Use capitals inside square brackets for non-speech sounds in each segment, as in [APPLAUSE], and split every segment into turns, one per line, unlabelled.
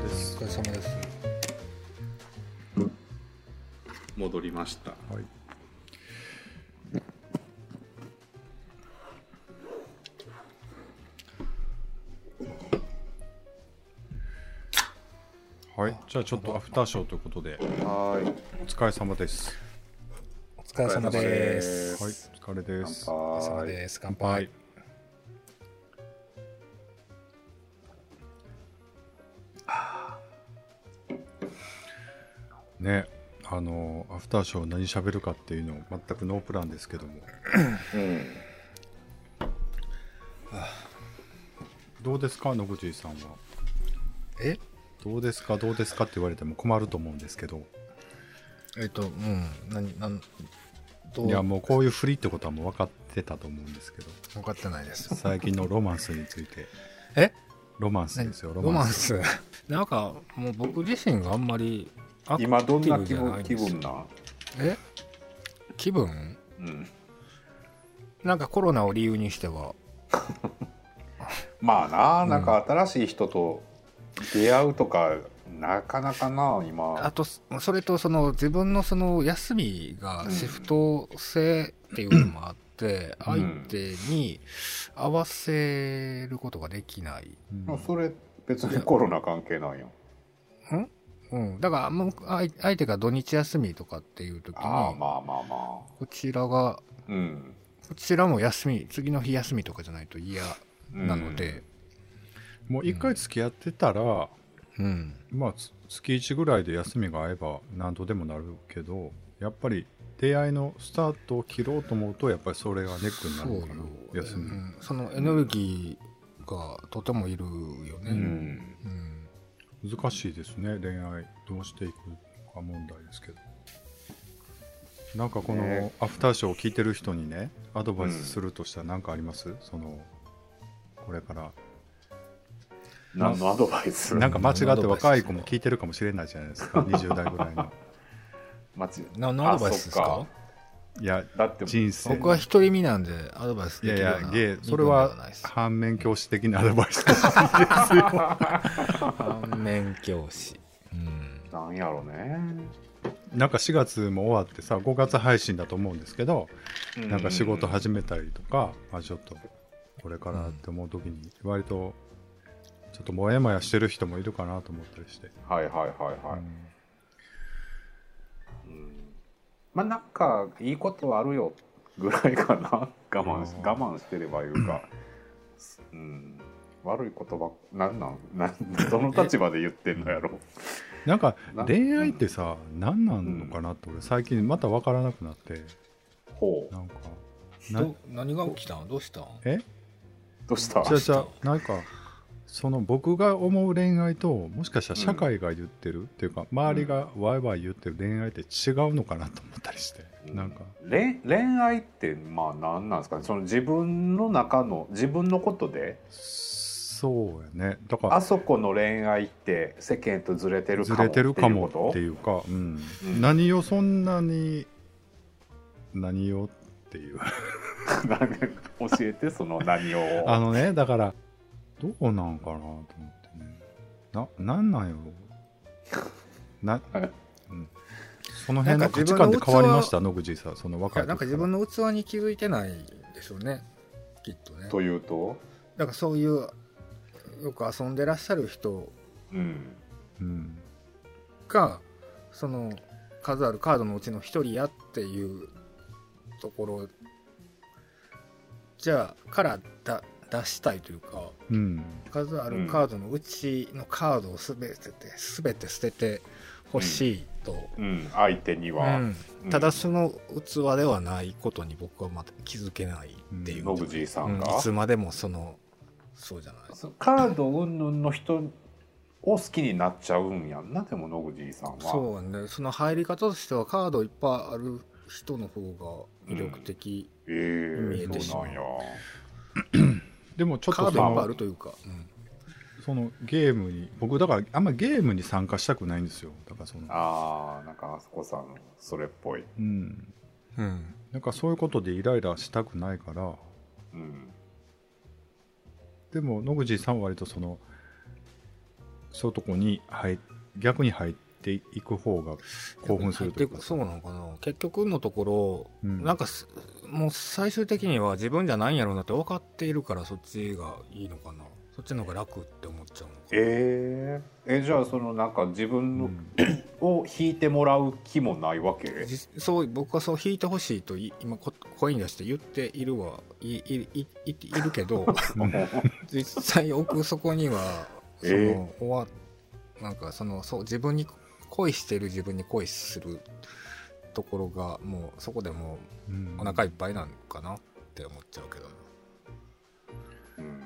様です。
戻りました
はい。
はい、じゃあちょっとアフターショーということで、
はーい
お疲れ様です。
お疲れ様です。
はい、お疲れです。
乾
お疲れ様
杯
です。乾杯。
[SIGHS] ね、あのアフターショー何喋るかっていうの全くノープランですけども、
うん
どうですか、野口さんは。
え、
どうですか、どうですかって言われても困ると思うんですけど、
えっと、うん、何、なん。どう
いやもうこういう振りってことはもう分かってたと思うんですけど、
分かってないです。
最近のロマンスについて、
え、
ロマンスですよ、
ロマン。ス。なんか、もう僕自身があんまり。アクテ
今どん
ィ
な
ブじ
気
ゃい
分
ん
気
ですよ
分な
え。気分。
うん
[LAUGHS] なんかコロナを理由にしては。
まあななんか新しい人と出会うとか、なかなかな
あ
今
と、そそれと、その、自分のその休みがシフト制っていうのもあって。
う
相
ん
手に合わせることができない。
うん
それ別にコロナ関係ないよ
うん、だからもうあい相手が土日休みとかっていう時に
ああまあまあまあ
こちらが
うん
こちらも休み次の日休みとかじゃないと嫌
うん
なので、
もう一回付き合ってたら、
うん
まあつ月1ぐらいで休みが合えば何度でもなるけどやっぱり出会いのスタートを切ろうと思うとやっぱりそれがネックにな
そうよ
るのかな、休み、
うん、そのエネルギーがとてもいるよね、う
うんん
難しいですね恋愛どうしていくか問題ですけどなんかこの
ね
アフターショーを聞いてる人にねアドバイスするとしたら何かあります、そのこれから
何のアドバイス
なんか間違って若い子も聞いてるかもしれないじゃないですか20代ぐらいの
間違い
な何アドバイスです
あ
か
そ
いや
だって
人生
僕は独り身なんでアドバイス
い
できる
やい
よう
や
な、
ゲイ、
身
それ
分で
は
ないです
反面教師的なアドバイス
[LAUGHS]
ですよ
反面教師、うん、
なんやろね
なんか4月も終わってさ、5月配信だと思うんですけど、なんか仕事始めたりとか、まあちょっとこれからって思う時に、割とちょっともやもやしてる人もいるかなと思ったりして。
はいはいはいはい、
うん
まあなんかいいことあるよぐらいかな [LAUGHS] 我慢し
あー
我慢してればいう
[CLEARS THROAT]
か、うん、悪いことばっなんなんなんどの立場で言ってんのやろ
なんか
な
恋愛ってさ、何なのかなって俺最近また分からなくなって、
ほう
なんか、な
ど何が起きたんどうしたん
え
どうした
じゃあじゃあなんかその僕が思う恋愛ともしかしたら社会が言ってる、っていうか周りがワイワイ言ってる恋愛って違うのかなと思ったりして、なんか
恋恋愛ってまあ何なんですかねその自分の中の自分のことで
そうやねだか
あ
ら
そこの恋愛って世間とずれてるか
ず
も
れてるかも
っていうこ
って
と
いうか、うん
うん
何をそんなに何をっていう
[LAUGHS] なんか教えてその何を
あのねだからどうなんかなと思ってねななんなんやろ
[LAUGHS]
な、うん、その辺
な
の
んか
価
自
値
分の
観
器
で変わりました野口さんその
い
若
や
い
なん
時
か
か
自
ら
分の器に気づいてないんでしょうねきっとね
というと、
なんかそういうよく遊んでらっしゃる人
うん、
うん
がその数あるカードのうちの一人やっていうところじゃあからだ出したいというか
うん、
数あるカードのうちのカードをすべててすべて捨ててほしいと、
うん、相手には、
うんただその器ではないことに僕はまだ気づけないっていう
ノグジーさ
うんん、い
が、
つまでもそのそうじゃない
そカード云々の人を好きになっちゃうんやんなでも野口さんは
そうねその入り方としてはカードいっぱいある人の方が魅力的、
ええ
見えてしま
そううなんや
でもちょっ
カー
とそ
ドいっぱいあ
の
るというか、うん
そのゲームに僕だからあんまゲームに参加したくないんですよだからその、
あーなんかあそこさんそれっぽい、
うん、なんかそういうことでイライラしたくないから
うん、
でも野口さんは割とそのそういうとこに入っ逆に入っていく方が興奮するというか
そうなのかな結局のところ、
うん
なんかすもう最終的には自分じゃないんやろうなって分かっているからそっちがいいのかなそっちの方が楽って思っちゃうのか
えー、えじゃあそのなんか自分の、
ん
を弾いてもらう気もないわけ
じそう僕はそう弾いてほしいとい今こ声に出して言っているはいいいいいるけど実際奥底にはその、
え
終わなんかそのそう自分に恋してる自分に恋するところがもうそこでも
うん
うお腹いっぱいなのかなって思っちゃうけど、
うん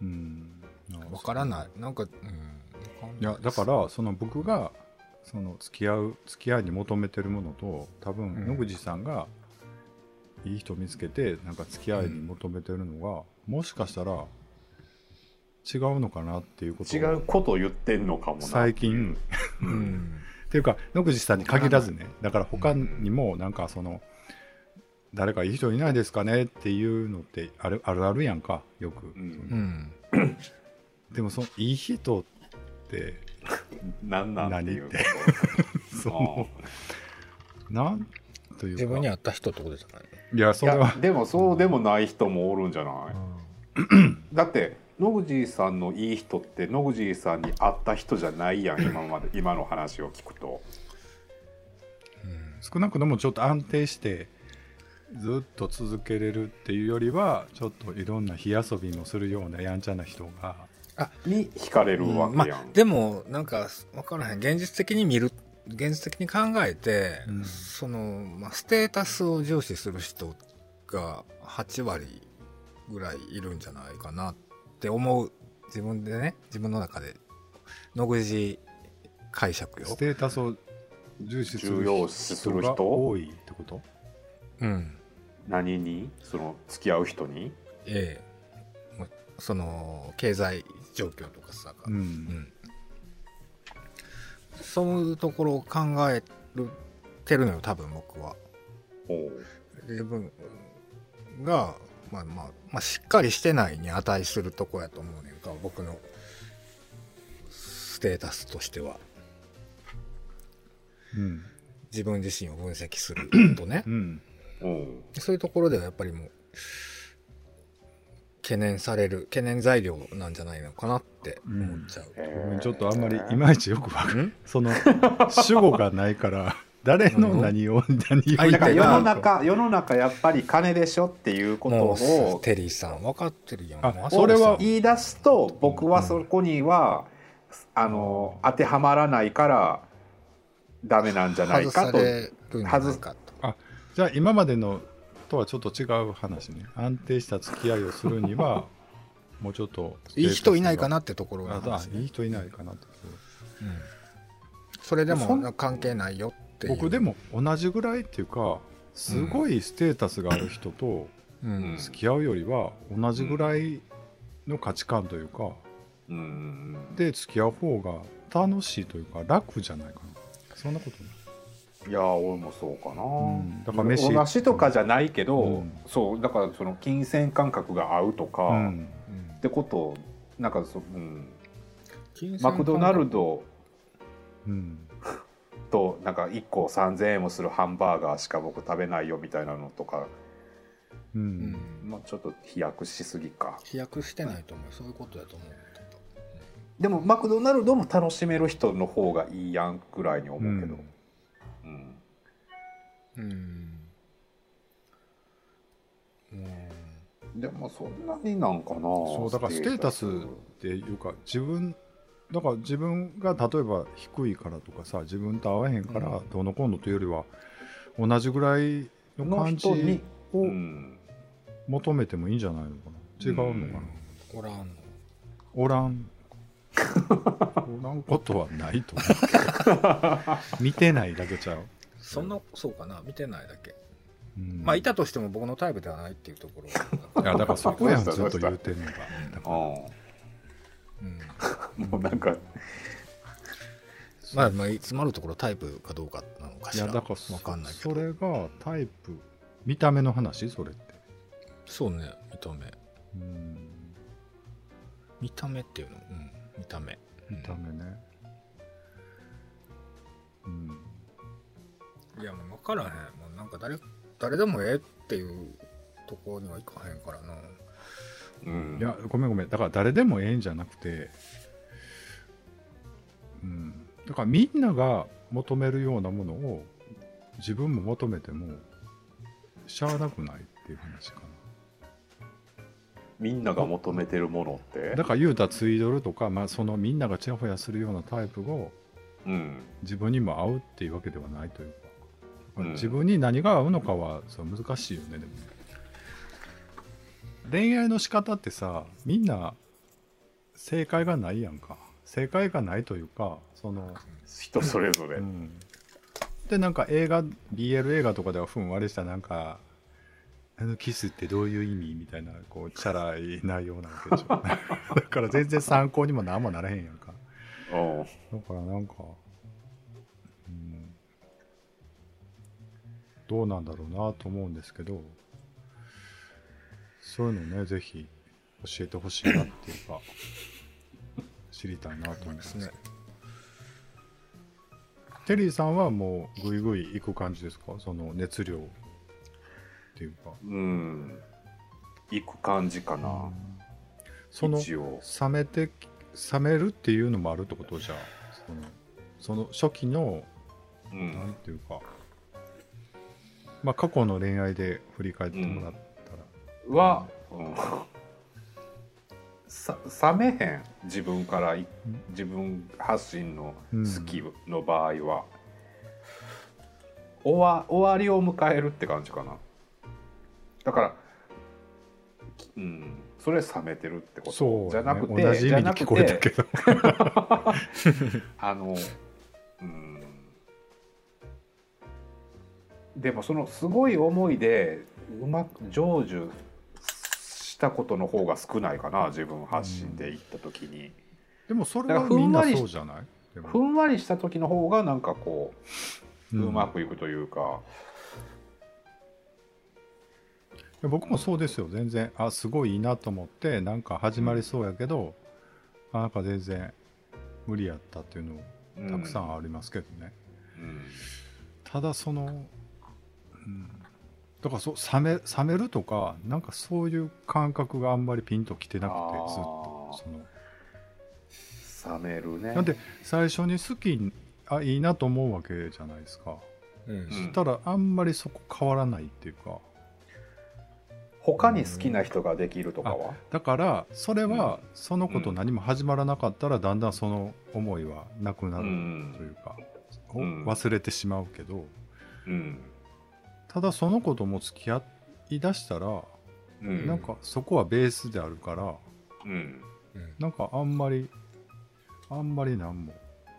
うん
わからないなんかうん
いやだかららその僕がその付き合う付き合いに求めてるものと
う
多
ん
分野口さんがいい人見つけてなんか付き合いに求めてるのが、もしかしたら違うのかなっていうこと
違う
を
こと言ってんのかもな
最近
う
う
んん
っていうか野口さんに限らずねだから他にもなんかその誰かいい人いないですかねっていうのってあるあるあるやんかよく、
うん
うん
でもそのいい人って
なんなんていうこと
[LAUGHS] そのなんというか
自分に合った人ってことじゃない
いやそ
い
れは
やでもそうでもない人もおるんじゃない、だって野口さんのいい人って野口さんに会った人じゃないやん今まで今の話を聞くと
うん
少なくともちょっと安定してずっと続けれるっていうよりはちょっといろんな火遊びもするようなやんちゃな人が
に惹かれるわ
うんま
けや
あ
ん、
でもなんか分からへん現実的に見る現実的に考えて、
うん
その、まあ、ステータスを重視する人が8割ぐらいいるんじゃないかなって思う自分でね自分の中で野口解釈よ
ス、テータスを重視す
重
る
要視する
人
人
が多いってこと
うん、
何にその付き合う人に
ええもうその経済状況とかさ、
う
うんん、そういうところを考えるてるのよ多分僕は。
おう
自分が、まあまあ、まあ、しっかりしてないに値するとこやと思うねんか、僕のステータスとしては。
うん
自分自身を分析すると
[CLEARS THROAT]
ね
う。ん
おう
そういうところではやっぱりもう、懸念される、懸念材料なんじゃないのかなって思っちゃう。
へえ
ちょっとあんまりいまいちよくわかる
ん
その主語がないから誰の何を何を
相
だから
手
世
が
の中世の中やっぱり金でしょっていうこと
もう、
を
テリーさん分かってるやん。
あ
もう
それは
言い出すと僕はそこには、あの当てはまらないからダメなんじゃない
外
か
さ
と
れるんじゃないかと。
じゃあ今までのとはちょっと違う話ね安定した付き合いをするに
[LAUGHS]
はもうちょっと
いい人いないかな
な
ってところが、
あいい人いないかなって
うんそれで
そ
も
ん
なんか関係ないよっていう
僕で、も同じぐらいっていうかすごいステータスがある人と
うん
うん
付き合うよりは同じぐらいの価値観というか
うん
で付き合う方が楽しいというか楽じゃないかなそんなことない
いや俺もそうかな、
んだ
だか
からら
飯
飯
お出汁とかじゃないけど、
うん
そうだからその金銭感覚が合うとか、
うん
うん
ってことなんかそ、うん、
金銭
マ
感
クドナルド
うん
となんか1個3,000円もするハンバーガーしか僕食べないよみたいなのとか、
う
う
んん
まあ、ちょっと飛躍しすぎか
飛躍してないと思うそういうことだと思う
でもマクドナルドも楽しめる人の方がいいやんくらいに思うけど、うん
うんうん
でもそんなになんかな
そうだからステータスっていうか自分だから自分が例えば低いからとかさ自分と合わへんか
う
らどうのこうのというよりは同じぐらいの
の
感
人に
じ、
う
を
ん、
求めてもいいんじゃないのかな違うのかな、
おらんの
おらん
[LAUGHS]
おらんことはないと思
[LAUGHS]
う見てないだけちゃう、
そんなそうかな見てないだけ
うん
まあいたとしても僕のタイプではないっていうところ
いやだからそこやん
どう
ず
したどう
っ
した
と言うてんのがだ
あ
から
ー
うん
もうなんか
まあまあ詰まるところタイプかどうかなのか
い
し
や
ら
だ
わ
からそ
かんないけ
そ
ど
れがタイプ見た目の話それって、
そうね見た目
うん
見た目っていうのうん見た目
見た目ね、
いやもう分からへんもうなんか誰誰でもええっていうところにはいかへんからな
うん
いやごめんごめんだから誰でもええんじゃなくてうんだからみんなが求めるようなものを自分も求めてもしゃあなくないっていう話か
みんなが求めてるものって
なだから言うたらツイドルとか、まあ、そのみんながちやほやするようなタイプを
うん
自分にも合うっていうわけではないというか、
うん
自分に何が合うのかはそれ難しいよねでも恋愛の仕方ってさみんな正解がないやんか正解がないというかその、
人それぞれ、
うん、でなんか映画 BL 映画とかではふんわりしたなんかあのキスってどういう意味みたいなこうチャラい内容なわけでしょだから全然参考にもなんもならへんやんか
うん
だからなんか、うん、どうなんだろうなと思うんですけど、そういうのね、ぜひ教えてほしいなっていうか、知りたいなと思います
ね
ね。テリーさんはもうぐいぐい行く感じですかその熱量っていうか。
うん行く感じかな、
その
一応
冷めてき冷めるっていうのもあるってことじゃあそのその初期の
う
なん
ん
ていうか、まあ、過去の恋愛で振り返ってもらったら、
は、うん、さ冷めへん自分からい自分発信の好きの場合は、終わ終わりを迎えるって感じかなだからきうんそれ冷めてるってこと
そう、ね、
じゃなくて
同じ意
じ
味
ゃ
に
な
聞
く
こえ
て
たけど
あの、うん。でもそのすごい思いでうまく成就したことの方が少ないかな自分発信で行った時に、
でもそれ
だ
は
から
み
ふ
ん
んわ
な
りし
そうじゃないでも
ふんわりした時の方がなんかこう、うま
く
くいくというか、
僕もそうですよ全然あすごいいいなと思ってなんか始まりそうやけど、あなんか全然無理やったっていうの
う
たくさんありますけどね、
うん
ただその、うん、だからそう冷め冷めるとかなんかそういう感覚があんまりピンときてなくて
あー
ずっとその
冷めるね
なんで最初に好きにあいいなと思うわけじゃないですか、
うん、
そしたらあんまりそこ変わらないっていうか
他に好きな人ができるとかは、
だからそれは
う
そのこと何も始まらなかったらだんだんその思いはなくな
う
る
ん
というか、
うん
忘れてしまうけど
うん
ただそのことも付き合いだしたら、
うん
なんかそこはベースであるから
うん
うん
なんかあんまりあんまりなんも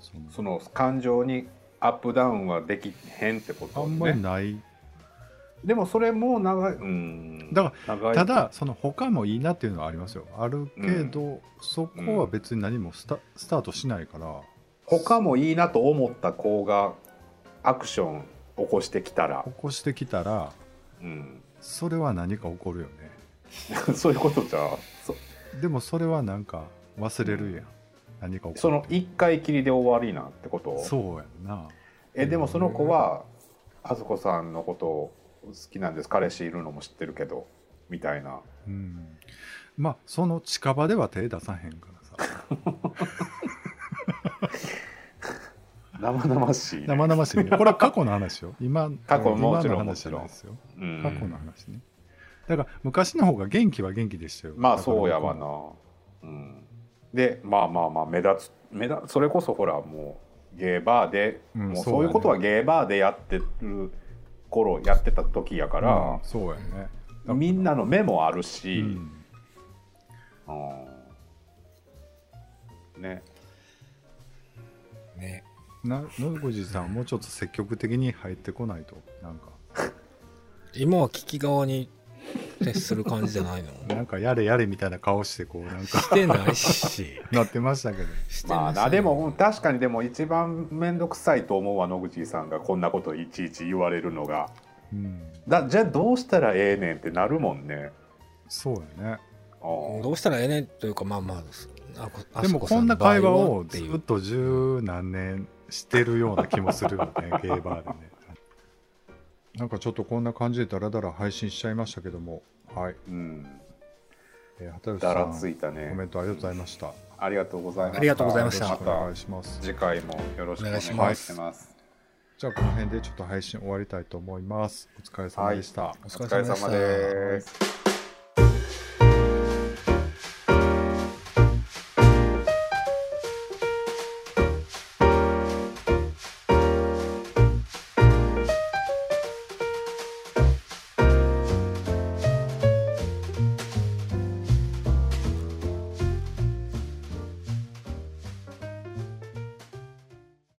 その
その感情にアップダウンはできへんってこと
あ
ね
んまりない、
でもそれも長い、うん、
だから
長い
ただその他もいいなっていうのはありますよあるけど、そこは別に何もスタ,、スタートしないから
他もいいなと思った子がアクション起こしてきたら
起、こしてきたら
うん、 [LAUGHS]
それは何か起こるよ
そういうことじゃあそ
ねでもそれはなんか忘れるやん、何か起こる
その一回きりで終わりなんてこと
そうやんな
えでもその子はあずこさんのことを好きなんです彼氏いるのも知ってるけどみたいな
うんまあその近場では手出さへんから
[LAUGHS]
さ
生々しい、ね、
生々しいねこれは過去の話よ今
過去
今
もち
の
ろん
話じゃないですよ
うん
過去の話ねだから昔の方が元気は元気でしたよ
まあ
だから
そうやわな、うん、でまあまあまあ目立つ目立それこそほらもうゲーバーで、
うん
もう
そうだ
そ
ね
ういうことはゲーバーでやってる頃やってた時やか
うん
ら、
そうやね
みんなの目もある
う
し、
ん
うんね
ね
な野口さんはもうちょっと積極的に入ってこないとなんか
今は聞き側に徹する感じじゃないの
なんかやれやれみたいな顔してこうなんか
してないし
なってましたけど
して
まあ
ません
なでも確かにでも一番面倒くさいと思うは野口さんがこんなこといちいち言われるのが
うん
だじゃあどうしたらええねんってなるもんね。
そうやね
うん
どうしたらええねんというかまあまあですあこあ
でも
そさ
こんな会話
場合は
を
って
ず
い
っ
う
[LAUGHS] と十何年してるような気もするよねゲーバーでねなんかちょっとこんな感じでダラダラ配信しちゃいましたけども、はい。
うん、
えー、畑内
だ
さ
ら
ん、
ついたね
コメントありがとうございました。
ありがとうございました
ありがとうございました
ま
お願
た
いします。
次回もよろしくお願いし
お
ま
願い
す
し
じゃあ、この辺でちょっと配信終わりたいと思います。お疲れ様でした。
お
お疲れ様です